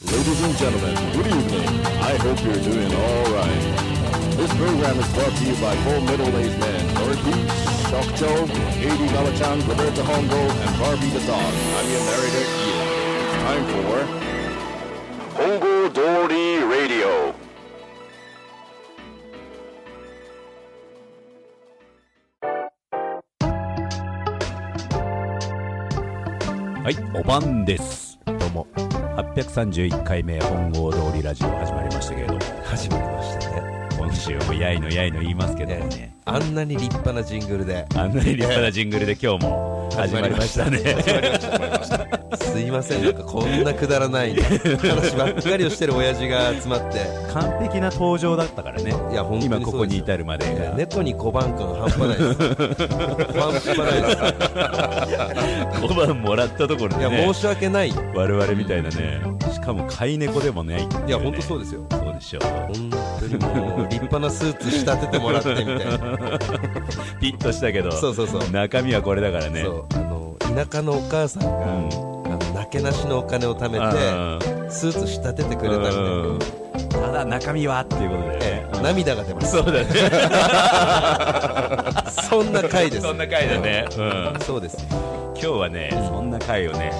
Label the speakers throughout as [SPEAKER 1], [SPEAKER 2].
[SPEAKER 1] Ladies and gentlemen, good evening. I hope you're doing all right. This program is brought to you by four middle-aged men, Dorothy, Shock Joe, A.D. Galachan, Roberta Hongo, and Barbie the dog. I'm your narrator, Ian. It's time for Hongo Dory Radio.
[SPEAKER 2] はい、おばんです。
[SPEAKER 3] どうも
[SPEAKER 2] 831回目本郷通りラジオ始まりましたけれども、
[SPEAKER 3] 始まりましたね
[SPEAKER 2] 今週もやいのやいの言いますけどもね、
[SPEAKER 3] あんなに立派なジングルで
[SPEAKER 2] あんなに立派なジングルで今日も始まりましたね。
[SPEAKER 3] すいませんなんかこんなくだらない話ばっかりをしてる親父が集まって
[SPEAKER 2] 完璧な登場だったからね。
[SPEAKER 3] いや本当に
[SPEAKER 2] 今ここに
[SPEAKER 3] そうです
[SPEAKER 2] 至るまでが、
[SPEAKER 3] 猫に小判感半端ないです半端ないで
[SPEAKER 2] 5番もらったところ
[SPEAKER 3] すい
[SPEAKER 2] で
[SPEAKER 3] や
[SPEAKER 2] ね
[SPEAKER 3] 申、し訳ないい
[SPEAKER 2] 我々みたいなね、しかも飼い猫でもね、
[SPEAKER 3] や本当そう
[SPEAKER 2] で
[SPEAKER 3] ですよ
[SPEAKER 2] す。そうでしょう。
[SPEAKER 3] 本当にもう立派なスーツ仕立ててもらってみたい な
[SPEAKER 2] ピッとしたけど、
[SPEAKER 3] そうそうそう
[SPEAKER 2] 中身はこれだからね。
[SPEAKER 3] そうあの田舎のお母さん
[SPEAKER 2] う
[SPEAKER 3] が、
[SPEAKER 2] ん
[SPEAKER 3] あのなけなしのお金を貯めて
[SPEAKER 2] あ
[SPEAKER 3] スーツ仕立ててくれたんで、
[SPEAKER 2] ーうんただ中身はっていうことで、
[SPEAKER 3] え
[SPEAKER 2] ね
[SPEAKER 3] え涙が出ます
[SPEAKER 2] そうだ ね。
[SPEAKER 3] そんな回です
[SPEAKER 2] そんな回だね。うん。
[SPEAKER 3] そうです
[SPEAKER 2] 今日はね、そんな回をね、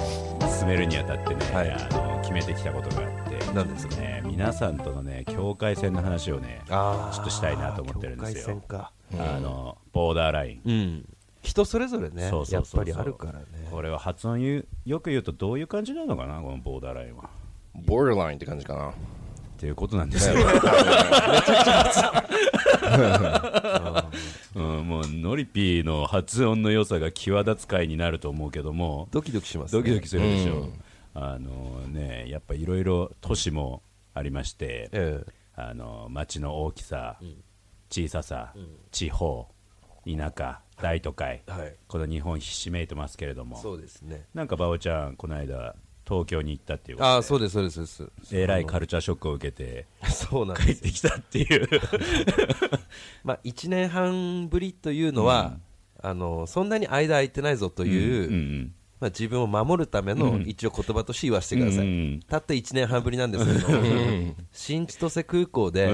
[SPEAKER 2] 進めるにあたってね、
[SPEAKER 3] はい
[SPEAKER 2] あの決めてきたことがあって、
[SPEAKER 3] 何ですか
[SPEAKER 2] ね、皆さんとのね、境界線の話をね、
[SPEAKER 3] あー
[SPEAKER 2] ちょっとしたいなと思ってるんですよ
[SPEAKER 3] 境界線か
[SPEAKER 2] あの、ボーダーライン。
[SPEAKER 3] うん人それぞれね
[SPEAKER 2] そうそうそうそう
[SPEAKER 3] やっぱりあるからね
[SPEAKER 2] これは発音言うよく言うとどういう感じなのかなこのボーダーラインは。
[SPEAKER 1] ボーダーラインって感じかな。
[SPEAKER 2] っていうことなんですよ。うん、もうノリピーの発音の良さが際立つ回になると思うけども、
[SPEAKER 3] ドキドキしますね
[SPEAKER 2] ドキドキするでしょ、あのねやっぱいろいろ都市もありまして、
[SPEAKER 3] え
[SPEAKER 2] あの町の大きさ、小ささ、地方田舎大都会、
[SPEAKER 3] えはい
[SPEAKER 2] この日本ひしめいてますけれども
[SPEAKER 3] そうですね
[SPEAKER 2] なんかバオちゃんこの間東京に行ったっていう
[SPEAKER 3] ああ
[SPEAKER 2] こ
[SPEAKER 3] そうですそうですそうで
[SPEAKER 2] とでえらいカルチャーショックを受けて
[SPEAKER 3] すそうなん
[SPEAKER 2] 帰
[SPEAKER 3] で
[SPEAKER 2] っ
[SPEAKER 3] す
[SPEAKER 2] てきたって いう
[SPEAKER 3] まあ1年半ぶりというのは、あのそんなに間空いてないぞという、
[SPEAKER 2] うんうん
[SPEAKER 3] まあ、自分を守るための一応言葉として言わせてください、
[SPEAKER 2] うん
[SPEAKER 3] たった1年半ぶりなんですけど、新千歳空港で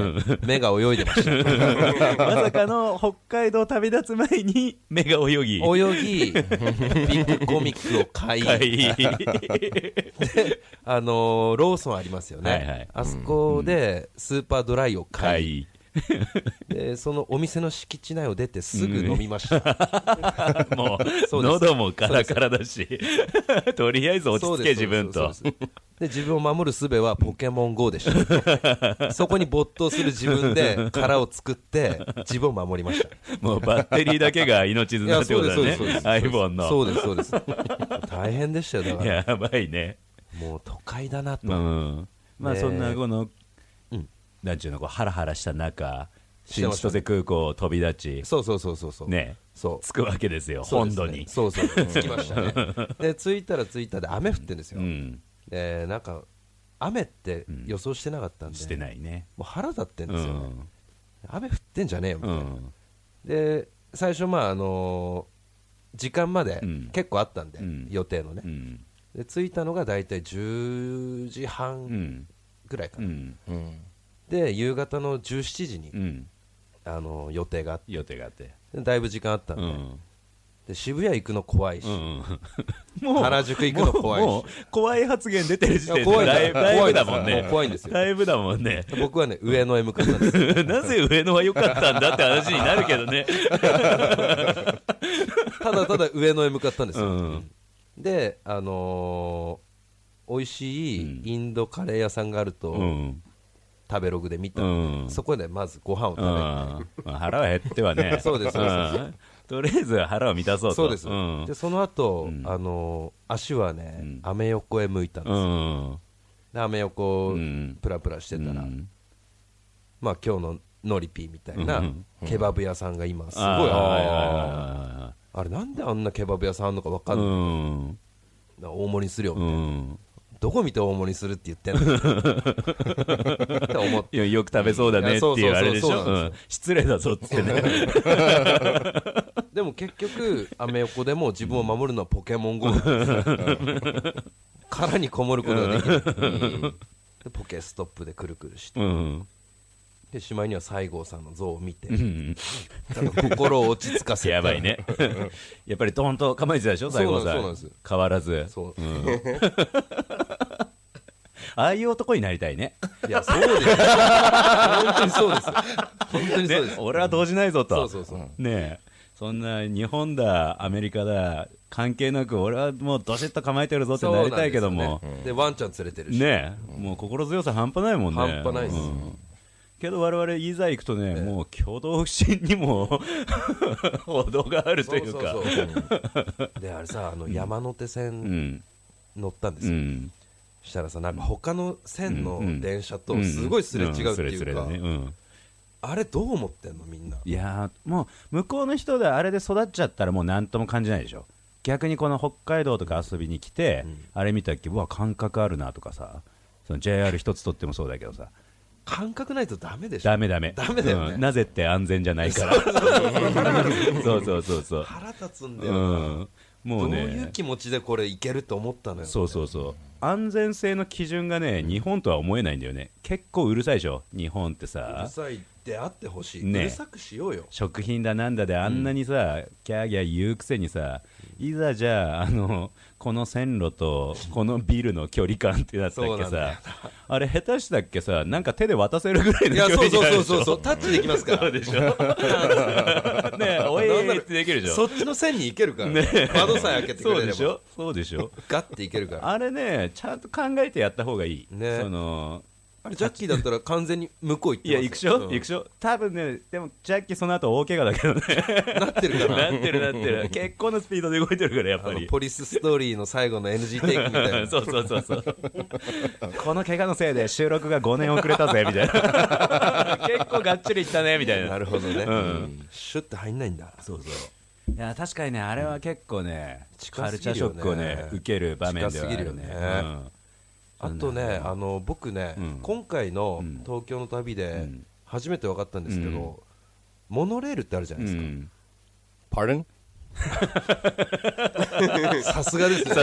[SPEAKER 3] 目が泳いでました
[SPEAKER 2] まさかの北海道旅立つ前に目が泳ぎ
[SPEAKER 3] 泳ぎ、ビッグコミックを買い、あのーローソンありますよね、
[SPEAKER 2] はいはい
[SPEAKER 3] あそこでスーパードライを
[SPEAKER 2] は
[SPEAKER 3] 買い、
[SPEAKER 2] い
[SPEAKER 3] でそのお店の敷地内を出てすぐ飲み ました、
[SPEAKER 2] もう
[SPEAKER 3] そうです
[SPEAKER 2] 喉もカラカラだし とりあえず落
[SPEAKER 3] そう
[SPEAKER 2] ち着
[SPEAKER 3] で
[SPEAKER 2] け
[SPEAKER 3] す
[SPEAKER 2] 自分と
[SPEAKER 3] そうですそうですで自分を守る術はポケモン GO でし たそこに没頭する自分で殻を作って自分を守りました
[SPEAKER 2] もうバッテリーだけが命綱ってことだね
[SPEAKER 3] そうですそうです
[SPEAKER 2] iPhone の
[SPEAKER 3] そうですそうです大変でしたよだから
[SPEAKER 2] やばいね
[SPEAKER 3] もう都会だなと、
[SPEAKER 2] うんまあ
[SPEAKER 3] ね
[SPEAKER 2] そんなこの
[SPEAKER 3] うん
[SPEAKER 2] なんちゅうのこうハラハラした中
[SPEAKER 3] して
[SPEAKER 2] 新
[SPEAKER 3] ま
[SPEAKER 2] 千
[SPEAKER 3] した
[SPEAKER 2] 歳空港を飛び立ち
[SPEAKER 3] そうそうそうそうそう
[SPEAKER 2] ね
[SPEAKER 3] そう
[SPEAKER 2] 着くわけですよ
[SPEAKER 3] そう
[SPEAKER 2] 本
[SPEAKER 3] ですね
[SPEAKER 2] 土に
[SPEAKER 3] そうそう着きましたね で着いたら着いたで雨降ってんですよ、
[SPEAKER 2] うん
[SPEAKER 3] でなんか雨って予想してなかったんで、
[SPEAKER 2] してないね
[SPEAKER 3] もう腹立ってん
[SPEAKER 2] う
[SPEAKER 3] ですよね、
[SPEAKER 2] ん
[SPEAKER 3] 雨降ってんじゃねえよみた
[SPEAKER 2] う
[SPEAKER 3] いな、
[SPEAKER 2] ん
[SPEAKER 3] で最初まああのー時間まで
[SPEAKER 2] うん
[SPEAKER 3] 結構あったんで、
[SPEAKER 2] うん
[SPEAKER 3] 予定のね
[SPEAKER 2] う、ん
[SPEAKER 3] で着いたのが大体10時
[SPEAKER 2] う
[SPEAKER 3] 半
[SPEAKER 2] ん
[SPEAKER 3] ぐらいか
[SPEAKER 2] う
[SPEAKER 3] な、
[SPEAKER 2] ん
[SPEAKER 1] うん。
[SPEAKER 3] で夕方の17時に、
[SPEAKER 2] うん
[SPEAKER 3] あのー予定があって
[SPEAKER 2] 予定があって
[SPEAKER 3] だいぶ時間あったん
[SPEAKER 2] う
[SPEAKER 3] で,、
[SPEAKER 2] ん
[SPEAKER 3] で渋谷行くの怖いし、
[SPEAKER 2] うん
[SPEAKER 3] 原宿行くの怖いし
[SPEAKER 2] もうもう怖い発言出てる時点
[SPEAKER 3] いや怖
[SPEAKER 2] で
[SPEAKER 3] いんだ
[SPEAKER 2] ライブライブだもん
[SPEAKER 3] 怖いんですよ
[SPEAKER 2] ね
[SPEAKER 3] もう怖いんですよ
[SPEAKER 2] ライブだもんね
[SPEAKER 3] 僕はね上野へ向かったんですよ
[SPEAKER 2] なぜ上野は良かったんだって話になるけどね。
[SPEAKER 3] ただただ上野へ向かったんです
[SPEAKER 2] う
[SPEAKER 3] よ、
[SPEAKER 2] ん。
[SPEAKER 3] であのー美味しいインドカレー屋さんがあると、
[SPEAKER 2] うん。
[SPEAKER 3] 食べログで見た、
[SPEAKER 2] うん。
[SPEAKER 3] そこでまずご飯を食べ
[SPEAKER 2] うんまあ腹は減ってはね。
[SPEAKER 3] そうですそうです
[SPEAKER 2] んとりあえず腹を満たそうと。
[SPEAKER 3] そうです、
[SPEAKER 2] うん
[SPEAKER 3] で。その後、
[SPEAKER 2] うん
[SPEAKER 3] あのー足はね、
[SPEAKER 2] うん
[SPEAKER 3] アメ横へ向いたんです
[SPEAKER 2] う
[SPEAKER 3] よ、
[SPEAKER 2] ん。
[SPEAKER 3] でアメ横を
[SPEAKER 2] うん
[SPEAKER 3] プラプラしてたら、
[SPEAKER 2] うん
[SPEAKER 3] まあ今日のノリピーみたいな、
[SPEAKER 2] うん
[SPEAKER 3] ケバブ屋さんが今すごい
[SPEAKER 2] あーはいはい
[SPEAKER 3] あ
[SPEAKER 2] はいは
[SPEAKER 3] あれなんであんなケバブ屋さんあんのか分か
[SPEAKER 2] い
[SPEAKER 3] んない、
[SPEAKER 2] うん。
[SPEAKER 3] 大盛りにするよ、
[SPEAKER 2] うん。
[SPEAKER 3] どこ見て大盛りにするって言ってんのって思って
[SPEAKER 2] いやよく食べそうだねっていうあれでし
[SPEAKER 3] いやそうそうそう
[SPEAKER 2] ょ。
[SPEAKER 3] そう
[SPEAKER 2] う
[SPEAKER 3] なん
[SPEAKER 2] ん失礼だぞっつって ね。
[SPEAKER 3] でも結局、アメ横でも自分を守るのはポケモン GO 殻にこもることができる、でポケストップでくるくるして、
[SPEAKER 2] うん
[SPEAKER 3] でしまいには西郷さんの像を見て、
[SPEAKER 2] うん
[SPEAKER 3] なんか心を落ち着かせて
[SPEAKER 2] やばいねやっぱりドーンと構えてたでしょ
[SPEAKER 3] そう
[SPEAKER 2] 西郷さ
[SPEAKER 3] なんそうなんで
[SPEAKER 2] ん
[SPEAKER 3] す
[SPEAKER 2] 変わらず
[SPEAKER 3] そう、
[SPEAKER 2] ああいう男になりたいね
[SPEAKER 3] いやそうですよ本当にそうですよ本当にそうです、
[SPEAKER 2] ね俺は動じないぞと、
[SPEAKER 3] そうそうそう、
[SPEAKER 2] ねえそんな日本だアメリカだ関係なく俺はもうどしっと構えてるぞってなりたいけども
[SPEAKER 3] そうなんですよねでワンちゃん連れてるし、
[SPEAKER 2] ねえもう心強さ半端ないもんね
[SPEAKER 3] 半端ないです、
[SPEAKER 2] うんけど我々いざ行くとね、もう挙動不審にも 程がある と
[SPEAKER 3] そ
[SPEAKER 2] いう
[SPEAKER 3] う
[SPEAKER 2] か
[SPEAKER 3] そうそうであれさあの山手
[SPEAKER 2] う
[SPEAKER 3] 線
[SPEAKER 2] ん
[SPEAKER 3] 乗ったんです
[SPEAKER 2] う
[SPEAKER 3] よ、
[SPEAKER 2] ん
[SPEAKER 3] したらさなんか他の線の電車と
[SPEAKER 2] ん
[SPEAKER 3] すごいすれ違うってい
[SPEAKER 2] んすれ
[SPEAKER 3] う
[SPEAKER 2] すれ
[SPEAKER 3] か、
[SPEAKER 2] だねうん
[SPEAKER 3] あれどう思ってんのみんない
[SPEAKER 2] やーもう向こうの人であれで育っちゃったらもう何とも感じないでしょ逆にこの北海道とか遊びに来て、あれ見たっけうわ感覚あるなとかさその JR 一つとってもそうだけど さ
[SPEAKER 3] 感覚ないとダメでしょ
[SPEAKER 2] ダメダメ
[SPEAKER 3] ダメだよね
[SPEAKER 2] うんなぜって安全じゃないから そうそうそうそう
[SPEAKER 3] 腹立つんだ
[SPEAKER 2] う
[SPEAKER 3] よな、
[SPEAKER 2] んもうね
[SPEAKER 3] どういう気持ちでこれいけると思ったのよ
[SPEAKER 2] そうそうそう安全性の基準がね日本とは思えないんだよね結構うるさいでしょ日本って
[SPEAKER 3] うる
[SPEAKER 2] さ
[SPEAKER 3] さいであってほしい、
[SPEAKER 2] ね
[SPEAKER 3] うるさくしようよ
[SPEAKER 2] 食品だなんだであんなにさ、キャーギャー言うくせにさいざじゃああのこの線路とこのビルの距離感ってなったっ
[SPEAKER 3] そう
[SPEAKER 2] け
[SPEAKER 3] なんだよ
[SPEAKER 2] さあれ下手したっけさなんか手で渡せるぐら い
[SPEAKER 3] い
[SPEAKER 2] の距
[SPEAKER 3] や
[SPEAKER 2] 離
[SPEAKER 3] そう
[SPEAKER 2] に
[SPEAKER 3] そう
[SPEAKER 2] なる
[SPEAKER 3] そう
[SPEAKER 2] でし
[SPEAKER 3] そうそう
[SPEAKER 2] ょ
[SPEAKER 3] タッチできますから
[SPEAKER 2] でしょねえおい
[SPEAKER 3] なんなら
[SPEAKER 2] ってできるでし
[SPEAKER 3] そ
[SPEAKER 2] ょ
[SPEAKER 3] っちの線に行けるから、窓さえ開けてく
[SPEAKER 2] そう
[SPEAKER 3] れれ
[SPEAKER 2] で
[SPEAKER 3] ば
[SPEAKER 2] しょそうでしょ
[SPEAKER 3] ガッていけるからあ
[SPEAKER 2] あれねちゃんと考えてやった方がいい、
[SPEAKER 3] ね
[SPEAKER 2] その
[SPEAKER 3] れジャッキーだったら完全に向こう行って
[SPEAKER 2] い
[SPEAKER 3] ま
[SPEAKER 2] や
[SPEAKER 3] す
[SPEAKER 2] 行くしょ、
[SPEAKER 3] うん
[SPEAKER 2] 行くしょ多分ねでもジャッキーその後大怪我だけどね
[SPEAKER 3] なってるから
[SPEAKER 2] なってるなってる 結構なスピードで動いてるからやっ
[SPEAKER 3] あ
[SPEAKER 2] ぱ
[SPEAKER 3] の
[SPEAKER 2] り
[SPEAKER 3] ポリスストーリーの最後の NG テイクみたい な
[SPEAKER 2] そうそうそう そうこの怪我のせいで収録が5年遅れたぜみたいな 結構がっちりいったねみたいな
[SPEAKER 3] なるほどね、
[SPEAKER 2] ん
[SPEAKER 3] シュッて入んないんだ
[SPEAKER 2] そうそういや確かにねあれは結構ね、カル
[SPEAKER 3] 近す
[SPEAKER 2] チャ
[SPEAKER 3] ぎ
[SPEAKER 2] ー
[SPEAKER 3] る
[SPEAKER 2] ショ
[SPEAKER 3] よね
[SPEAKER 2] ックをね受ける場面ではあるよね
[SPEAKER 3] 近すぎるよねあとねあの僕ね、今回の東京の旅で初めて分かったんですけど、モノレールってあるじゃな
[SPEAKER 2] う
[SPEAKER 3] い
[SPEAKER 2] ん、う
[SPEAKER 3] ですか
[SPEAKER 2] ん
[SPEAKER 1] Pardon?
[SPEAKER 3] さすがです ね
[SPEAKER 2] でし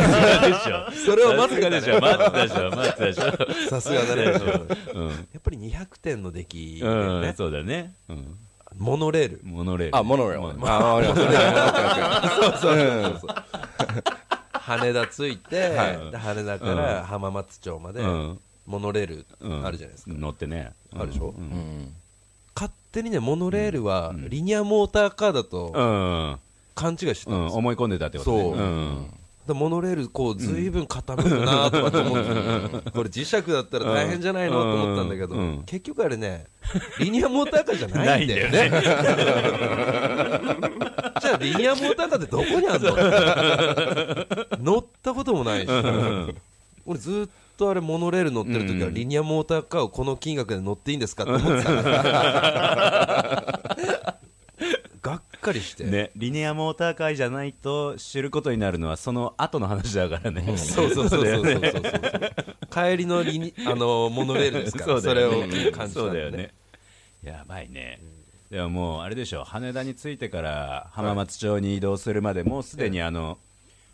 [SPEAKER 2] ょ
[SPEAKER 3] それを待ってた
[SPEAKER 2] でしょ待ってたでしょ待ってたでしょ
[SPEAKER 3] さすがだね、
[SPEAKER 2] うん
[SPEAKER 3] やっぱり200点の出来、ね
[SPEAKER 2] うん、そうだね、うん、
[SPEAKER 3] モノレール
[SPEAKER 2] モノレール
[SPEAKER 1] あ、モノレー
[SPEAKER 2] モ
[SPEAKER 1] ル。あ、わかりましたね。
[SPEAKER 3] 羽田着いて、
[SPEAKER 2] はい
[SPEAKER 3] で羽田から浜松町まで、
[SPEAKER 2] うん
[SPEAKER 3] モノレール
[SPEAKER 2] うん
[SPEAKER 3] あるじゃないですか、
[SPEAKER 2] 乗ってね
[SPEAKER 3] あるでしょ、
[SPEAKER 1] うんうん
[SPEAKER 3] 勝手にねモノレールはリニアモーターカーだ
[SPEAKER 2] う
[SPEAKER 3] と
[SPEAKER 2] ん、うん
[SPEAKER 3] 勘違いしてた
[SPEAKER 2] うんん、
[SPEAKER 3] ですよ、
[SPEAKER 2] 思い込んでたってことね
[SPEAKER 3] そう
[SPEAKER 2] うん
[SPEAKER 3] でモノレールこうずいぶん傾くなとかと思ってた これ磁石だったら大変じゃないのと思ったんだけど、
[SPEAKER 2] うんうん
[SPEAKER 3] 結局あれねリニアモーターカーじゃないんだよねじゃあリニアモーターカーってどこにあ るの乗ったこともないし俺ずっとあれモノレール乗ってる時はリニアモーターカーをこの金額で乗っていいんですかって思ってたからがっかりして、
[SPEAKER 2] ね、リニアモーター界じゃないと知ることになるのはその後の話だからね、
[SPEAKER 3] そうそうそうそうそうそうそう帰りのリニあのモノレールですからそ,、
[SPEAKER 2] だ
[SPEAKER 3] れ
[SPEAKER 2] よ
[SPEAKER 3] を
[SPEAKER 2] ね
[SPEAKER 3] 感じた
[SPEAKER 2] そ
[SPEAKER 3] ん
[SPEAKER 2] うだ
[SPEAKER 3] で
[SPEAKER 2] よねやばいね、でももうあれでしょ羽田に着いてから浜松町に移動するまでもうすでにあの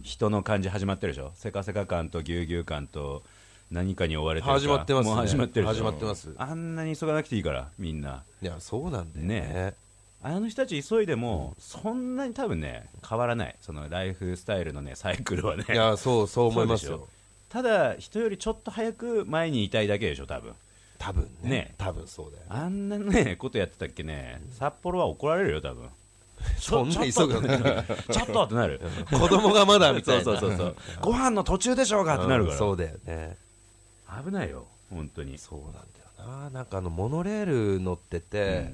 [SPEAKER 2] 人の感じ始まってるでしょせかせか感とぎゅうぎゅう感と何かに追われてるか
[SPEAKER 3] 始まってますね
[SPEAKER 2] もう始まってるでしょ
[SPEAKER 3] 始まってます
[SPEAKER 2] あんなに急がなくていいからみんない
[SPEAKER 3] やそうなんだよね
[SPEAKER 2] ねあの人たち急いでも、そんなに多分ね変わらないそのライフスタイルのねサイクルはね
[SPEAKER 3] いやそうそう思います
[SPEAKER 2] そうでし
[SPEAKER 3] よ
[SPEAKER 2] ょただ人よりちょっと早く前にいたいだけでしょ多分
[SPEAKER 3] 多分ね
[SPEAKER 2] ね
[SPEAKER 3] 多分そうだよ
[SPEAKER 2] あんなねことやってたっけね札幌は怒られるよ多分
[SPEAKER 3] そんな急ぐのね
[SPEAKER 2] ちょっとってな る
[SPEAKER 3] 子供がまだみたい
[SPEAKER 2] そう
[SPEAKER 3] な
[SPEAKER 2] そうそうそうご飯の途中でしょうかってなるか
[SPEAKER 3] うん
[SPEAKER 2] ら
[SPEAKER 3] そうだよね
[SPEAKER 2] 危ないよ本当に
[SPEAKER 3] そうなんだよななんかあのモノレール乗ってて、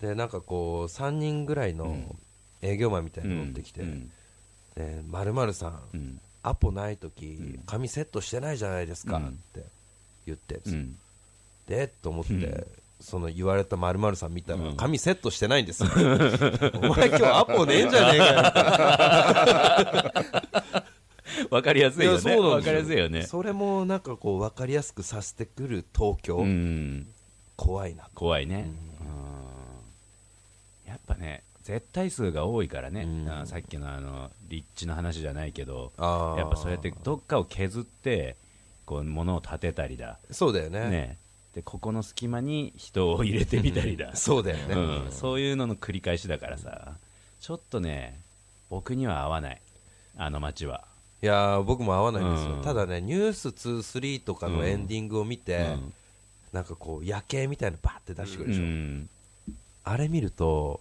[SPEAKER 3] でなんかこう3人ぐらいの営業マンみたいなの乗ってきて「
[SPEAKER 2] うん
[SPEAKER 3] で〇〇さん、
[SPEAKER 2] うん
[SPEAKER 3] アポない時、髪セットしてないじゃないですか」って言って、
[SPEAKER 2] うん
[SPEAKER 3] でと思って、その言われたまるさん見たら、髪セットしてない んですよお前今日アポねえんじゃねえか
[SPEAKER 2] わかりやすい
[SPEAKER 3] よ
[SPEAKER 2] よねわかりやすいよ ね
[SPEAKER 3] それもなんかこう分かりやすくさせてくる東京、
[SPEAKER 2] うん
[SPEAKER 3] 怖いな
[SPEAKER 2] 怖いね、うんやっぱね絶対数が多いからね、あさっきのあの立地の話じゃないけど
[SPEAKER 3] あー
[SPEAKER 2] やっぱそうやってどっかを削ってこう物を建てたりだ、
[SPEAKER 3] そうだよね
[SPEAKER 2] ね、でここの隙間に人を入れてみたり だ、
[SPEAKER 3] そうだよね、
[SPEAKER 2] うん、そういうのの繰り返しだからさちょっとね僕には合わないあの街はい
[SPEAKER 3] やー僕も合わないんですよ、
[SPEAKER 2] うん
[SPEAKER 3] ただね「ニュース2 3とかのエンディングを見て、
[SPEAKER 2] うん
[SPEAKER 3] なんかこう夜景みたいなのバーって出してくる
[SPEAKER 2] う
[SPEAKER 3] でしょ、
[SPEAKER 2] ん
[SPEAKER 3] あれ見ると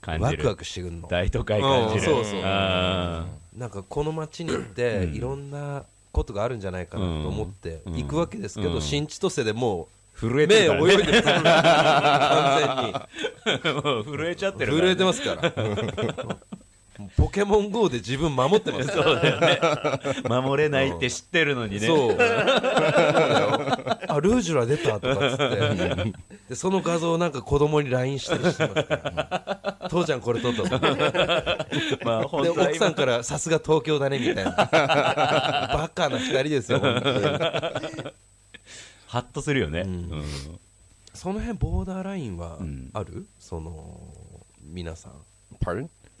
[SPEAKER 2] 感じる
[SPEAKER 3] ワクワクしてくんの
[SPEAKER 2] 大都会感じる
[SPEAKER 3] うんそうそう
[SPEAKER 2] あー
[SPEAKER 3] なんかこの街に行って、いろんなことがあるんじゃないかなと思って
[SPEAKER 2] うん
[SPEAKER 3] 行くわけですけど、
[SPEAKER 2] うん
[SPEAKER 3] 新千歳でも
[SPEAKER 2] 震
[SPEAKER 3] う
[SPEAKER 2] えて
[SPEAKER 3] 目
[SPEAKER 2] るから、ね
[SPEAKER 3] 泳いでる完
[SPEAKER 2] もう 震えちゃって
[SPEAKER 3] 全
[SPEAKER 2] るから、
[SPEAKER 3] に震えてますから ポケモン GO で自分守ってます か
[SPEAKER 2] そうだよね守れないって知ってるのに
[SPEAKER 3] ら
[SPEAKER 2] ね
[SPEAKER 3] そう あルージュラ出たとかっつってでその画像をなんか子供に LINE したりしてますから父ちゃんこれ撮ったぞ
[SPEAKER 2] まあ本
[SPEAKER 3] で
[SPEAKER 2] 当は
[SPEAKER 3] 奥
[SPEAKER 2] 今
[SPEAKER 3] さんからさすが東京だねみたいなバカな二人ですよ本当に
[SPEAKER 2] ハッとするよね、う
[SPEAKER 3] ん
[SPEAKER 2] ん
[SPEAKER 3] その辺ボーダーラインは
[SPEAKER 2] うん
[SPEAKER 3] ある、その皆さん
[SPEAKER 1] Pardon?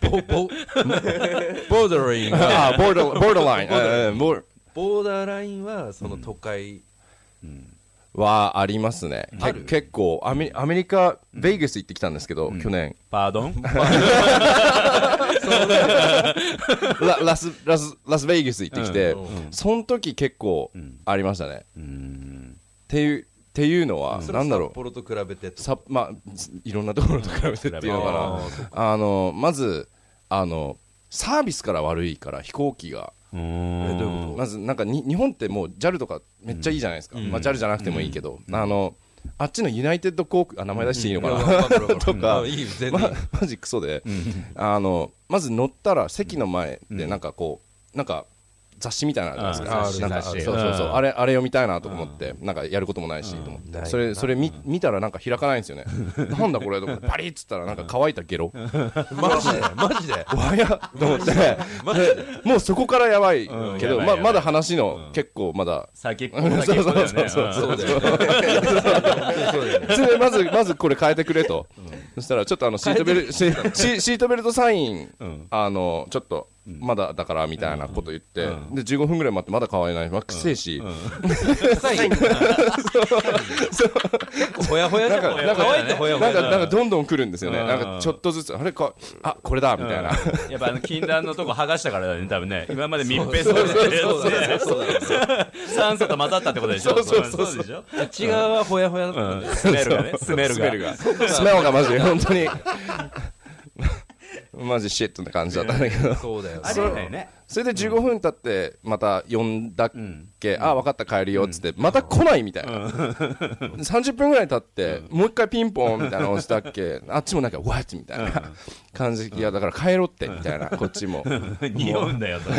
[SPEAKER 3] ボボボーダーラインは
[SPEAKER 1] ah, border, borderline. uh, uh, もう
[SPEAKER 3] ボーダーラインはその都会、
[SPEAKER 1] はありますね。け結構アメ、アメリカ、ベイグス行ってきたんですけど、去年。
[SPEAKER 2] パードン
[SPEAKER 1] ララス、ラス、ラスベイグス行ってきて、
[SPEAKER 3] うん
[SPEAKER 1] その時結構
[SPEAKER 2] ん
[SPEAKER 1] ありましたね。
[SPEAKER 2] うん
[SPEAKER 1] っていう、っていうのは、
[SPEAKER 3] それ
[SPEAKER 1] な
[SPEAKER 3] は
[SPEAKER 1] んだろ
[SPEAKER 3] 札
[SPEAKER 1] う。
[SPEAKER 3] 幌と比べてと
[SPEAKER 1] さまあ、すいろんなところと比べてっていうのか
[SPEAKER 3] うん比
[SPEAKER 1] な。あの、まず、あの、サービスから悪いから飛行機が。
[SPEAKER 2] うーん
[SPEAKER 3] えどういうこと
[SPEAKER 1] まずなんかに日本ってもう JAL とかめっちゃいいじゃないですか、
[SPEAKER 2] うん
[SPEAKER 1] まあ、JAL じゃなくてもいいけど、あのあっちのユナイテッド航空あ名前出していいのかな、
[SPEAKER 3] と
[SPEAKER 1] とか
[SPEAKER 3] いいよ全然いい
[SPEAKER 1] ま、 マジクソで、あのまず乗ったら席の前でなんかこうなんか雑誌みたいなのあるじゃないですか
[SPEAKER 3] あー
[SPEAKER 1] なんか
[SPEAKER 3] 雑誌
[SPEAKER 1] そうそうそう
[SPEAKER 2] うん
[SPEAKER 1] あれあれを見たいなと思ってなんかやることもないしと思っ
[SPEAKER 3] ない
[SPEAKER 1] て
[SPEAKER 3] な
[SPEAKER 1] それそれ見見たらなんか開かないんですよねなんだこれと思ってパリッつったらなんか乾いたゲロ
[SPEAKER 3] マジでマジで
[SPEAKER 1] わやと思ってもうそこからやばい
[SPEAKER 2] う
[SPEAKER 1] けど
[SPEAKER 2] ん
[SPEAKER 1] ま
[SPEAKER 2] やばいやばい
[SPEAKER 1] まだ話の結構まだ
[SPEAKER 2] 先っぽ先っぽだよねうん
[SPEAKER 3] そうだよねそうだよね
[SPEAKER 1] それでまず、まずこれ変えてくれと。そしたら、ちょっとあの、シートベルト、シシシートベルトサイン、
[SPEAKER 2] ん
[SPEAKER 1] あの、ちょっと、まだだから、みたいなこと言って、で、15分ぐらい待って、まだ変わらない。まあ、くせえし、
[SPEAKER 3] 臭い結構ほやほやじゃん
[SPEAKER 1] なんかなんか
[SPEAKER 3] 乾いてほや
[SPEAKER 1] なん
[SPEAKER 3] ほや
[SPEAKER 1] か、
[SPEAKER 3] じゃん
[SPEAKER 1] なんかどんどん来るんですよね。
[SPEAKER 2] うん
[SPEAKER 1] なんか、ちょっとずつ、あれか、あ、これだ、みたいな。
[SPEAKER 2] やっぱあの禁断のとこ剥がしたからだよね多分ね今まで密閉そうだ
[SPEAKER 3] そうだよねそうだよね
[SPEAKER 2] 酸素と混ざったってことでしょ
[SPEAKER 1] そうそうそう
[SPEAKER 2] そうでしょ
[SPEAKER 3] 内側はほやほやだった
[SPEAKER 2] うん
[SPEAKER 3] だよ
[SPEAKER 2] んスメルがねスメルが
[SPEAKER 1] スメルがマジ、本当に。 マジシットな感じだったんだけど。
[SPEAKER 3] そうだよ
[SPEAKER 2] ありえないね
[SPEAKER 1] それで15分経ってまた呼んだっけ、ああ分かった帰るよっつって、また来ないみたいな、30分 ぐらい経って、もう一回ピンポンみたいなの押したっけあっちもなんか「わっ!」みたいな感じ、いやだから帰ろってみたいなこっちも
[SPEAKER 2] 匂うんだよと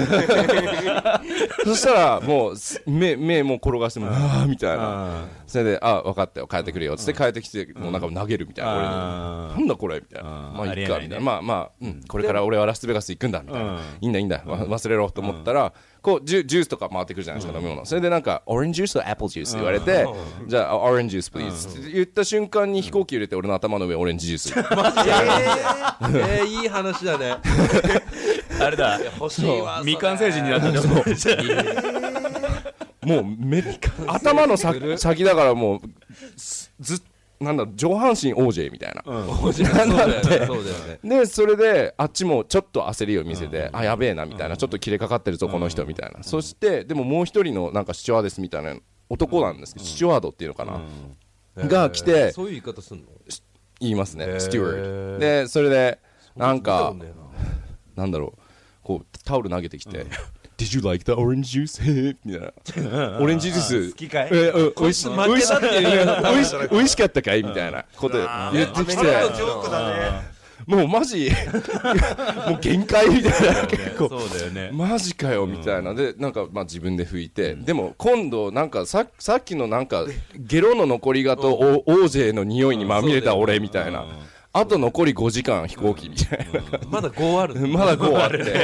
[SPEAKER 1] そしたらもうす目目もう転がしてもうああみたいなそれで「ああ分かったよ帰ってくれよ」っつって帰ってきて、もうなんか投げるみたいな俺に。
[SPEAKER 2] あ
[SPEAKER 1] なんだこれみたいな、
[SPEAKER 2] うん
[SPEAKER 1] まあ
[SPEAKER 2] あり
[SPEAKER 1] い
[SPEAKER 2] え
[SPEAKER 1] い
[SPEAKER 2] ない
[SPEAKER 1] か
[SPEAKER 2] ね
[SPEAKER 1] みたいな、まあまあ、うんこれから俺はラスベガス行くんだみたいな、
[SPEAKER 2] うん
[SPEAKER 1] いいんだいいんだ、わ忘れろと思ったら、こうジュジュースとか回ってくるじゃないですか、飲み物、それでなんか、オレンジジュースとアップルジュースって言われて、じゃあ、オレンジジュース、プリーズって言った瞬間に飛行機入れて、俺の頭の上、オレンジジュース、
[SPEAKER 3] マジでえーいい話だね
[SPEAKER 2] ーあれだ
[SPEAKER 3] 欲しいわ
[SPEAKER 2] 未完成人になったんだ
[SPEAKER 1] もうめ頭の先先だから、もうすずなんだ上半身 OJ みたいな。
[SPEAKER 3] そうだよねそうだよね
[SPEAKER 1] でそれであっちもちょっと焦りを見せて、あやべえなみたいな、ちょっと切れかかってるぞこの人みたいな、そしてでももう一人のなんかスチュワーデスみたいな男なんですけど、スチュワードっていうのかな、が来て
[SPEAKER 3] えーそういう言い方すんの
[SPEAKER 1] 言いますね、
[SPEAKER 3] へー
[SPEAKER 1] スチュワードでそれでなんか
[SPEAKER 3] そうだよね
[SPEAKER 1] なんだろうこうタオル投げてきて、Did you like the orange juice? みたいな。オレンジジュース。
[SPEAKER 2] 好きかい
[SPEAKER 1] えー、おいし、
[SPEAKER 3] 負
[SPEAKER 1] おい
[SPEAKER 3] け
[SPEAKER 1] し、
[SPEAKER 3] たっていう言い方
[SPEAKER 1] おいし、おいしかったかいみたいなこと言ってきて。もう マジ、もう限界みたいな。結構。
[SPEAKER 2] そうだよね
[SPEAKER 1] マジかよみたいな、でなんかまあ自分で拭いて、でも今度なんかささっきのなんかゲロの残りがとお OJ の匂いにまみれた俺みたいな、あと残り5時間飛行機みたいな、
[SPEAKER 3] まだ5あるの
[SPEAKER 1] まだ5あって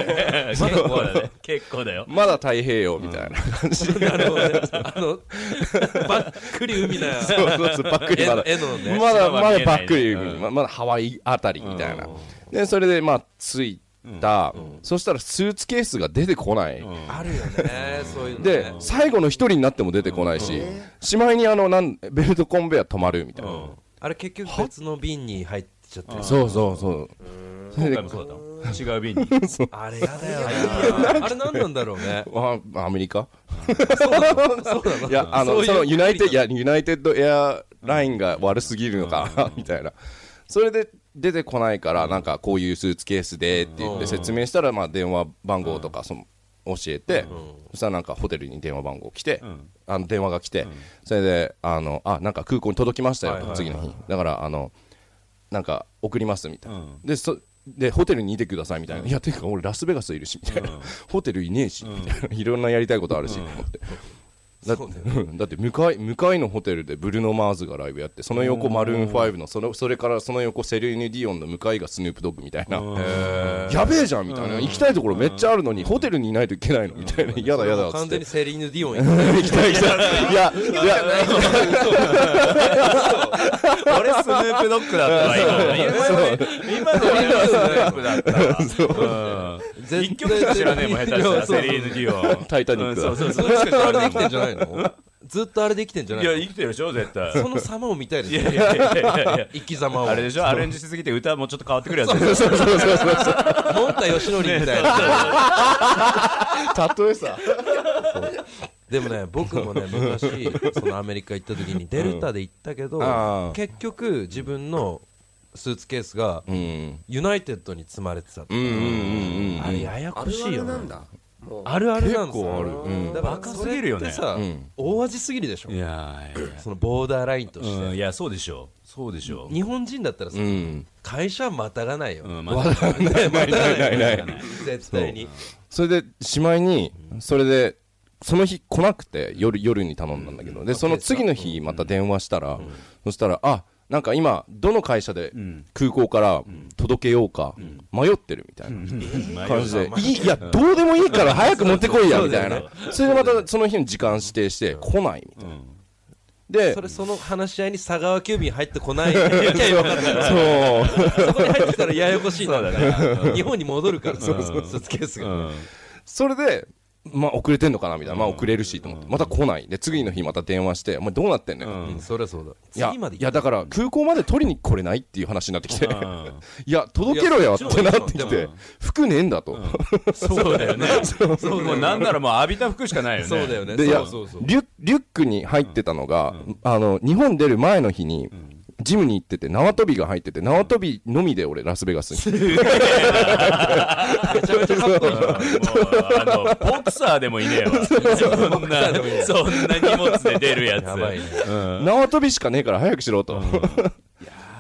[SPEAKER 2] 結構だね結構だよ
[SPEAKER 1] まだ太平洋みたいな感じ、
[SPEAKER 3] なるほどねあのばっくり海だよ
[SPEAKER 1] そうそうそうばっくりまだ
[SPEAKER 3] 絵の絵のね
[SPEAKER 1] まだま
[SPEAKER 2] 島は見えない
[SPEAKER 1] だ
[SPEAKER 2] ね
[SPEAKER 1] ばっくり海ままだハワイあたりみたいな、でそれでまあ着いた、そしたらスーツケースが出てこない、
[SPEAKER 3] あるよね、そういうの、ね。
[SPEAKER 1] で、最後の一人になっても出てこないし、しまいにあのなんベルトコンベヤ止まるみたいな、
[SPEAKER 3] あれ結局別の瓶に入っちゃってる。
[SPEAKER 1] そうそうそう、それ
[SPEAKER 2] 今
[SPEAKER 1] で
[SPEAKER 2] 回もそうだったの違う瓶に
[SPEAKER 3] あれやだ よな。あれ何なんだろうね。
[SPEAKER 1] あアメリカ
[SPEAKER 3] そうなの
[SPEAKER 1] いや、
[SPEAKER 3] そ
[SPEAKER 1] あの、
[SPEAKER 3] ういう
[SPEAKER 1] そのユナイテッ
[SPEAKER 3] 国
[SPEAKER 1] ド、いや、ユナイテッドエアラインが悪すぎるのかな、みたいな。それで出てこないから、なんかこういうスーツケースでって言って説明したら、まあ電話番号とか、その、教えて、そしたらなんかホテルに電話番号来て
[SPEAKER 2] ん、
[SPEAKER 1] あの、電話が来て、それで、あの、あ、なんか空港に届きました
[SPEAKER 3] はいはい
[SPEAKER 1] よ、
[SPEAKER 3] はい
[SPEAKER 1] 次の日。だから、あの、なんか送りますみたいな
[SPEAKER 2] うん。
[SPEAKER 1] で、そ、で、ホテルにいてくださいみたいな。いや、てか俺ラスベガスいるし、みたいな。ホテルいねえし、みたい な。いろんなやりたいことあるし、と思って。だ
[SPEAKER 3] そうだよ
[SPEAKER 1] うんだって向かい向かいのホテルでブルーノ・マーズがライブやってその横マルーン5のそのそれからその横セリーヌ・ディオンの向かいがスヌープ・ドッグみたいなやべえじゃんみたいな行きたいところめっちゃあるのにホテルにいないといけないのみたいな嫌だ嫌だっつっ
[SPEAKER 3] 完
[SPEAKER 1] て
[SPEAKER 3] 全にセリーヌ・ディオンや
[SPEAKER 1] 行きたい行きたいいやい や
[SPEAKER 2] 俺スヌープドッグだったわ今の今の今のスヌープだったわうん一曲しか知らねえもん下手したらセリーヌ・ディオン
[SPEAKER 1] タイタニックだ
[SPEAKER 2] うんそうそ
[SPEAKER 3] そうれしかあれできてんじゃない のずっとあれできてんじゃ
[SPEAKER 2] そ
[SPEAKER 3] な
[SPEAKER 2] う
[SPEAKER 3] い
[SPEAKER 2] い
[SPEAKER 3] の
[SPEAKER 2] や生きてるでしょ絶対
[SPEAKER 3] その様を見たいです
[SPEAKER 2] い
[SPEAKER 3] ね
[SPEAKER 2] やいやいやいやいや
[SPEAKER 3] 生き様を
[SPEAKER 2] あれでしょアレンジしすぎて歌もちょっと変わってくるやつでしょ
[SPEAKER 1] そうそうそうそう
[SPEAKER 3] モンタヨシノリみたいな
[SPEAKER 1] そう例えさ
[SPEAKER 3] でもね僕もね昔そのアメリカ行った時にデルタで行ったけど、
[SPEAKER 1] うんあー
[SPEAKER 3] 結局自分のスーツケースが
[SPEAKER 1] うん
[SPEAKER 3] ユナイテッドに積まれてたって
[SPEAKER 1] うんうんうんうん
[SPEAKER 3] あれやや
[SPEAKER 4] あ
[SPEAKER 3] こ
[SPEAKER 4] る
[SPEAKER 3] し
[SPEAKER 4] あ
[SPEAKER 3] いよ
[SPEAKER 4] る
[SPEAKER 3] ね
[SPEAKER 4] なんだもう
[SPEAKER 3] あるあるなんですよ
[SPEAKER 1] 結構あるうん
[SPEAKER 3] だから
[SPEAKER 2] バカすぎるよね
[SPEAKER 3] それってさ、
[SPEAKER 1] うん
[SPEAKER 3] 大味すぎるでしょ
[SPEAKER 2] いやいや
[SPEAKER 3] そのボーダーラインとして、
[SPEAKER 2] うんいやそうでしょうそうでしょう
[SPEAKER 3] 日本人だったらさ、
[SPEAKER 1] うん
[SPEAKER 3] 会社はまたがないよ、
[SPEAKER 2] うんまあ
[SPEAKER 1] ないないないない
[SPEAKER 3] 絶対に
[SPEAKER 1] それでしまいにそれでその日来なくて夜夜に頼んだんだけどでその次の日また電話したらそしたらあなんか今どの会社で空港から届けようか迷ってるみたいな感じでいいいやどうで もいいから早く持ってこいやみたいなそれでまたその日の時間指定して来ないみたいなで
[SPEAKER 3] それその話し合いに佐川急便入ってこないやきゃよかったから
[SPEAKER 1] そう
[SPEAKER 3] そこに入ってきたらややこしいな日本に戻るからさスーツケース
[SPEAKER 2] う
[SPEAKER 3] が
[SPEAKER 2] ん
[SPEAKER 1] それで、まあ、遅れてんのかなみたいな、まあ、遅れるしと思って、また来ない、で次の日、また電話して、お前、どうなってんのよ、
[SPEAKER 3] うんそりゃそうだ
[SPEAKER 1] いや
[SPEAKER 3] 次まで
[SPEAKER 1] いやだから、空港まで取りに来れないっていう話になってきて、
[SPEAKER 2] うん
[SPEAKER 1] いや、届けろよってなって
[SPEAKER 3] いや
[SPEAKER 1] き
[SPEAKER 3] で
[SPEAKER 1] て
[SPEAKER 3] も、
[SPEAKER 1] 服ねえんだと、
[SPEAKER 2] そうだよねもうなんならもう浴びた服しかないよね
[SPEAKER 3] そうだよね
[SPEAKER 1] でいや
[SPEAKER 3] そうそうそう
[SPEAKER 1] リュリュックに入ってたのが、あの日本出る前の日に、ジムに行ってて、縄跳びが入ってて、縄跳びのみで俺、ラスベガスに。
[SPEAKER 3] めちゃめちゃかっこいい
[SPEAKER 2] もうあのボクサーでもいねえわそんなそんな荷物で出るやつ
[SPEAKER 3] やばいね
[SPEAKER 2] うん
[SPEAKER 1] 縄跳びしかねえから早くしろと、
[SPEAKER 2] や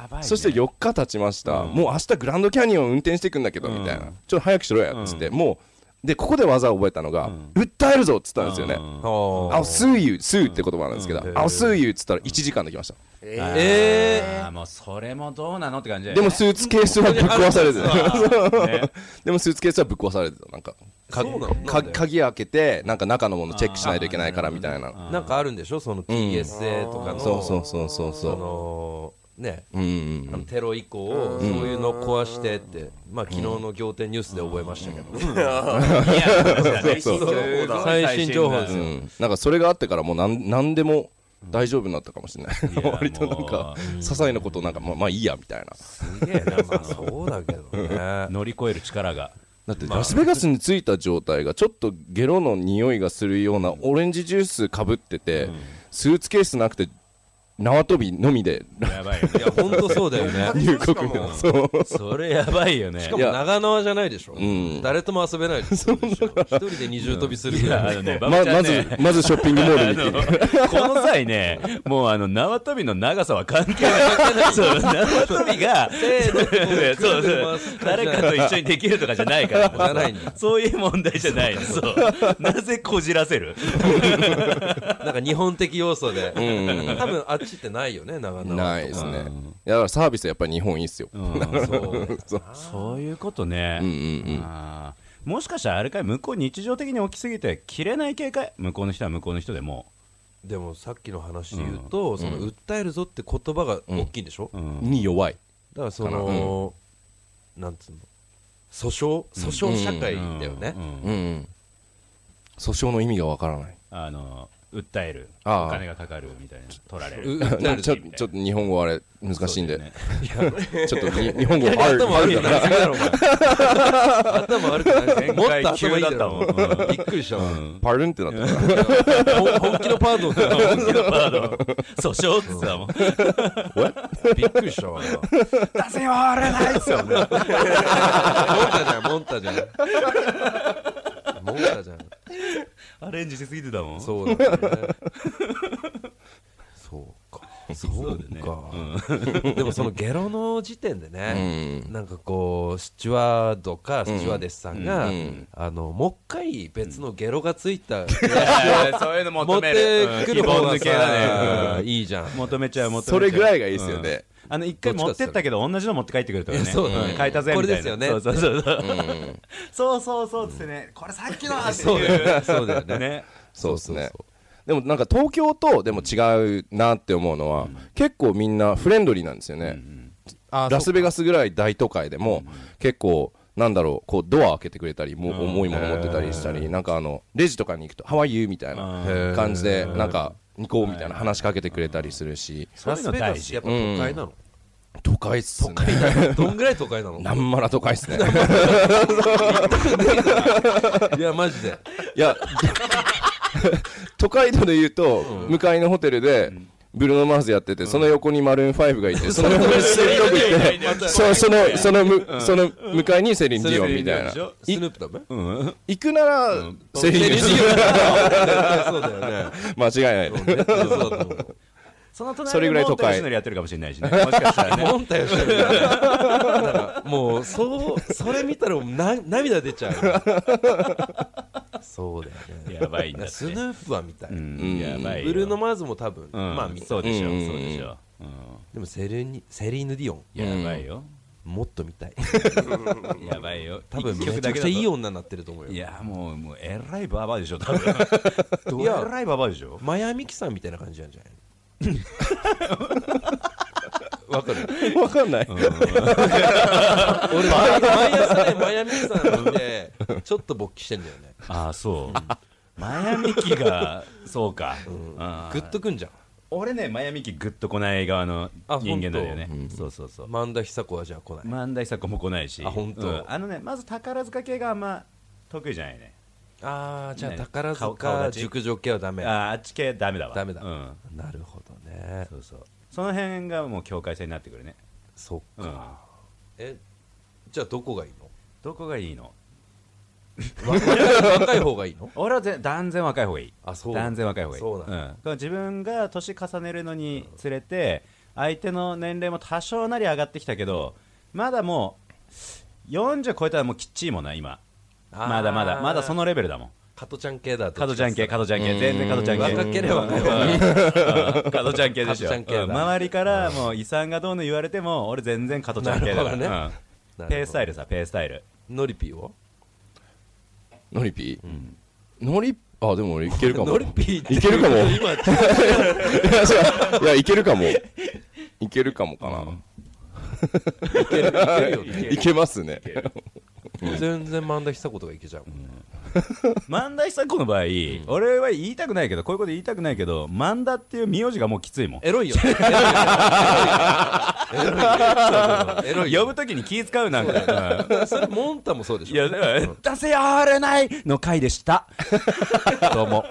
[SPEAKER 2] ばいね
[SPEAKER 1] そして4日経ちました、もう明日グランドキャニオン運転していくんだけど、みたいな、ちょっと早くしろやっつって、もう、で、ここで技を覚えたのが、訴えるぞっつったんですよね。
[SPEAKER 2] うん
[SPEAKER 1] あ
[SPEAKER 3] あ
[SPEAKER 1] おすうゆう、すうって言葉なんですけど、あおすうゆうっつったら1時間できました。
[SPEAKER 4] えー
[SPEAKER 3] え
[SPEAKER 2] あーもうそれもどうなのって感じだよ
[SPEAKER 1] で
[SPEAKER 2] ね
[SPEAKER 1] もスーツケースはぶっ壊されて
[SPEAKER 2] あーね
[SPEAKER 1] た。 でもスーツケースはぶっ壊されてた。なんか、か
[SPEAKER 3] そうなの
[SPEAKER 1] か鍵開けて、なんか中のものチェックしないといけないからみたいな。
[SPEAKER 3] なんかあるんでしょその TSA とかの
[SPEAKER 1] そうそうそうそうそ。
[SPEAKER 3] そうのね
[SPEAKER 1] うんうん
[SPEAKER 3] あのテロ以降そういうの壊してってまあ昨日の仰天ニュースで覚えましたけど
[SPEAKER 2] いや
[SPEAKER 1] そうそ
[SPEAKER 2] そ
[SPEAKER 1] う
[SPEAKER 2] うだ
[SPEAKER 3] 最新情報で
[SPEAKER 1] う
[SPEAKER 3] すよ
[SPEAKER 1] ん。なんかそれがあってからもうなんなんでも大丈夫になったかもしれない。
[SPEAKER 2] や
[SPEAKER 1] 割となん
[SPEAKER 2] も
[SPEAKER 1] か
[SPEAKER 2] う、
[SPEAKER 1] 些細なことなんか、まあまあいいやみたいな。
[SPEAKER 3] すげえなまあそうだけど ね
[SPEAKER 2] 乗り越える力が
[SPEAKER 1] だってラスベガスに着いた状態がちょっとゲロの匂いがするようなオレンジジュースかぶってて、スーツケースなくて縄跳びのみで
[SPEAKER 2] やばいよね
[SPEAKER 3] いや本当そうだよね
[SPEAKER 1] 入国そう
[SPEAKER 2] それやばいよね
[SPEAKER 3] しかも長縄じゃないでしょ、
[SPEAKER 1] ん
[SPEAKER 3] 誰とも遊べないですよ一人で二重跳びする
[SPEAKER 2] い
[SPEAKER 3] ぐ
[SPEAKER 2] や
[SPEAKER 3] ら
[SPEAKER 2] あ
[SPEAKER 3] い、
[SPEAKER 2] のね、
[SPEAKER 1] ま
[SPEAKER 2] ババちゃ
[SPEAKER 1] ま
[SPEAKER 2] ん
[SPEAKER 1] ず
[SPEAKER 2] ね、
[SPEAKER 1] まずショッピングモー ルに行って
[SPEAKER 2] この際ね、もうあの縄跳びの長さは関係ない。そう縄跳びが、 そうそう誰かと一緒にできるとかじゃないから、
[SPEAKER 3] じゃないんだ
[SPEAKER 2] そういう問題じゃないの。 そうなぜこじらせる？
[SPEAKER 3] なんか日本的要素で、
[SPEAKER 1] う
[SPEAKER 3] 多分あっちってないよね長縄
[SPEAKER 1] ないですねいやだからサービスやっぱり日本いいっすよ、
[SPEAKER 3] そう
[SPEAKER 2] そういうことね。
[SPEAKER 1] うんうんうん
[SPEAKER 2] あーもしかしたらあれかい向こう日常的に起きすぎて切れない警戒向こうの人は向こうの人でも
[SPEAKER 3] でもさっきの話で言うと、その訴えるぞって言葉が大きいんでしょ、
[SPEAKER 2] う、うん
[SPEAKER 1] に弱い
[SPEAKER 3] だからその、なんつうの訴訟訴訟社会だよね、
[SPEAKER 2] うん
[SPEAKER 1] うんうん訴訟の意味がわからない
[SPEAKER 2] あの訴える
[SPEAKER 1] ああ
[SPEAKER 2] お金がかかるみたいな取られ
[SPEAKER 3] う
[SPEAKER 2] る
[SPEAKER 1] な
[SPEAKER 3] なる
[SPEAKER 1] ちょちょっと日本語あれ難しいんで、
[SPEAKER 2] そうだよね
[SPEAKER 1] ちょっとに日本 語ある
[SPEAKER 3] 頭悪くなりすぎだろお前頭悪くなりす
[SPEAKER 2] 前
[SPEAKER 3] ぎもっと
[SPEAKER 2] 回
[SPEAKER 3] 頭いいだろ
[SPEAKER 2] 急だったもんうん
[SPEAKER 3] びっくりしたわ
[SPEAKER 1] パルンってなったか
[SPEAKER 3] 本本気のパートだよ
[SPEAKER 2] 本気のパード訴訟っつったもん
[SPEAKER 3] びっくりしたわ今
[SPEAKER 2] 出せよあれないっすよね
[SPEAKER 3] モンタじゃんモンタじゃんモンタじゃん
[SPEAKER 2] アレンジしすぎてたもん
[SPEAKER 3] そうだねそうかそう
[SPEAKER 2] だね
[SPEAKER 3] か、でもそのゲロの時点で
[SPEAKER 1] ら、う
[SPEAKER 3] ね、
[SPEAKER 1] ん、
[SPEAKER 3] なんかこうスチュワードかスチュワーデスさんが、
[SPEAKER 1] うんうん
[SPEAKER 3] あのもう一回別のゲロがついた、
[SPEAKER 2] いやいやそういうの
[SPEAKER 3] 持
[SPEAKER 2] 求
[SPEAKER 3] っ
[SPEAKER 2] める
[SPEAKER 3] てくる方
[SPEAKER 2] うん希望抜
[SPEAKER 3] が
[SPEAKER 2] けだ
[SPEAKER 3] さ、
[SPEAKER 2] ね
[SPEAKER 3] いいじゃん
[SPEAKER 2] 求めちゃう求めちゃう
[SPEAKER 1] それぐらいがいいっすよ
[SPEAKER 2] うん
[SPEAKER 1] ね、
[SPEAKER 2] あの一回持ってったけど同じの持って帰ってくるとかね
[SPEAKER 3] いやそうだね
[SPEAKER 2] 変えたぜ
[SPEAKER 3] こ
[SPEAKER 2] み
[SPEAKER 3] れ
[SPEAKER 2] た
[SPEAKER 3] で
[SPEAKER 2] い
[SPEAKER 3] すよ
[SPEAKER 2] な
[SPEAKER 3] ね
[SPEAKER 2] そうそうそうそう
[SPEAKER 1] うん
[SPEAKER 2] そうそうそうっつってね、これさっきの話
[SPEAKER 3] そうだよねそうだよね
[SPEAKER 2] ね。
[SPEAKER 1] そうですね
[SPEAKER 3] そうそう
[SPEAKER 1] でもなんか東京とでも違うなって思うのは、結構みんなフレンドリーなんですよね、
[SPEAKER 3] あ
[SPEAKER 1] ラスベガスぐらい大都会でも、結構なんだろうこうドア開けてくれたりもう重いもの持ってたりしたり、なんかあのレジとかに行くと「ハワイユー」みたいな
[SPEAKER 2] うん
[SPEAKER 1] 感じでなんか行こうみたいな話しかけてくれたりするし
[SPEAKER 2] そうい
[SPEAKER 3] ラ
[SPEAKER 2] う
[SPEAKER 3] ス
[SPEAKER 2] の
[SPEAKER 3] ベガ
[SPEAKER 2] 大
[SPEAKER 3] ス
[SPEAKER 2] 事
[SPEAKER 3] やっ。ぱ都会なの、
[SPEAKER 1] 都会っすね
[SPEAKER 3] どんぐらい都会なの
[SPEAKER 1] なんまら都会っすね
[SPEAKER 3] いやマジで
[SPEAKER 1] いや都会度で言うと向かいのホテルでブルーノ・マーズやっててその横にマルーン5がい てその横にセリログいてそうそのそのむその向かいにセリン・ディオンみたいな
[SPEAKER 3] スヌープダメ
[SPEAKER 1] 行くならセリン・ディオン
[SPEAKER 3] そうだよね
[SPEAKER 1] 間違いない
[SPEAKER 3] 絶対そうだと思う
[SPEAKER 2] その隣
[SPEAKER 1] それぐらい都会
[SPEAKER 2] のやってるかもしれないしね。もしかしたら ね。
[SPEAKER 3] モンタヨシだからもうそうそれ見たらもうな涙出ちゃうそうだよね
[SPEAKER 2] やばいんだって。
[SPEAKER 3] スヌープは見たい、
[SPEAKER 2] うんやばいよ。
[SPEAKER 3] ブルーノ・マーズも多分、
[SPEAKER 2] うん
[SPEAKER 3] まあ見た
[SPEAKER 2] そ
[SPEAKER 3] いう
[SPEAKER 2] でしょ。
[SPEAKER 1] う
[SPEAKER 2] そうんでしょ。うん
[SPEAKER 3] でもセレニセリーヌ・ディオン
[SPEAKER 2] やばいよ。
[SPEAKER 3] もっと見たい
[SPEAKER 2] やばいよ。
[SPEAKER 3] 多分
[SPEAKER 2] 一
[SPEAKER 3] めち
[SPEAKER 2] 曲
[SPEAKER 3] ゃ
[SPEAKER 2] だ
[SPEAKER 3] く
[SPEAKER 2] け
[SPEAKER 3] ちゃ
[SPEAKER 2] だと
[SPEAKER 3] いい女になってると思うよ
[SPEAKER 2] いや、もう、もう、えらいババアでしょ、多 分。ど
[SPEAKER 3] いや
[SPEAKER 2] えらいババアでしょ。
[SPEAKER 3] マヤミキさんみたいな感じなんじゃない わかる
[SPEAKER 1] わかんない
[SPEAKER 3] 俺毎毎朝ねマヤミキさん見てちょっと勃起してんだよね
[SPEAKER 2] ああ、そう。 マヤミキが、そうか。あ
[SPEAKER 3] グッとくんじゃん
[SPEAKER 2] 俺ね、マヤミキグッとこない側の
[SPEAKER 3] あ
[SPEAKER 2] 人間なんだよね。そうそうそう。
[SPEAKER 3] 萬田久子はじゃあ来ない
[SPEAKER 2] 万代作も来ないし
[SPEAKER 3] あ本当
[SPEAKER 2] うんあのねまず宝塚系があんま得意じゃないね
[SPEAKER 3] ああじゃあ
[SPEAKER 2] ね
[SPEAKER 3] 宝
[SPEAKER 2] 顔顔
[SPEAKER 3] 塚
[SPEAKER 2] 立ち
[SPEAKER 3] 熟女系はダメ
[SPEAKER 2] ああっち系ダメだわ
[SPEAKER 3] ダメだ
[SPEAKER 2] うん
[SPEAKER 3] なるほどね
[SPEAKER 2] そうそうその辺がもう境界線になってくるね
[SPEAKER 3] そっ
[SPEAKER 2] うん
[SPEAKER 3] かえじゃあどこがいいの
[SPEAKER 2] どこがいいの
[SPEAKER 3] 若い方がいいの
[SPEAKER 2] 俺はぜ断然若い方がいい
[SPEAKER 3] あそう
[SPEAKER 2] 断然若い方がいい
[SPEAKER 3] そうなんだ
[SPEAKER 2] ん、自分が年重ねるのにつれて相手の年齢も多少なり上がってきたけどまだもう40超えたらもうきっちいもんな今
[SPEAKER 3] あー
[SPEAKER 2] まだまだまだそのレベルだもん
[SPEAKER 3] 加トちゃん系だと
[SPEAKER 2] カドちゃん系カドちゃん系全然カドちゃん系
[SPEAKER 3] 若ければ若い方が いい
[SPEAKER 2] 加トちゃん系でし
[SPEAKER 3] 加
[SPEAKER 2] ょ
[SPEAKER 3] トちゃん系だ
[SPEAKER 2] うん周りからもう遺産がどうの言われても俺全然加トちゃん系だから
[SPEAKER 3] なるほど
[SPEAKER 2] うんペースタイルさペースタイル
[SPEAKER 3] ノリピーを
[SPEAKER 1] ノリピノリあでも俺いけるかも
[SPEAKER 3] ノリピーって
[SPEAKER 1] いけるかも
[SPEAKER 3] 今
[SPEAKER 1] いやそういやいけるかもいけるかもかな、
[SPEAKER 3] いけるいけるよね
[SPEAKER 1] いけますね
[SPEAKER 3] 全然萬田久子とかいけちゃうもん
[SPEAKER 2] 萬田久子の場合俺は言いたくないけどこういうこと言いたくないけど萬田っていう名字がもうきついもん
[SPEAKER 3] エロい よねエロいよエロいよエロい
[SPEAKER 2] 呼
[SPEAKER 3] よ
[SPEAKER 2] ぶときに気使うなん かうん
[SPEAKER 3] それモンタもそうでしょ
[SPEAKER 2] いやだから出せやれないの回でした どうも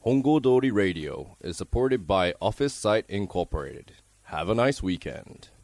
[SPEAKER 1] 本郷通り Radio is supported by Office Site Incorporated Have a nice weekend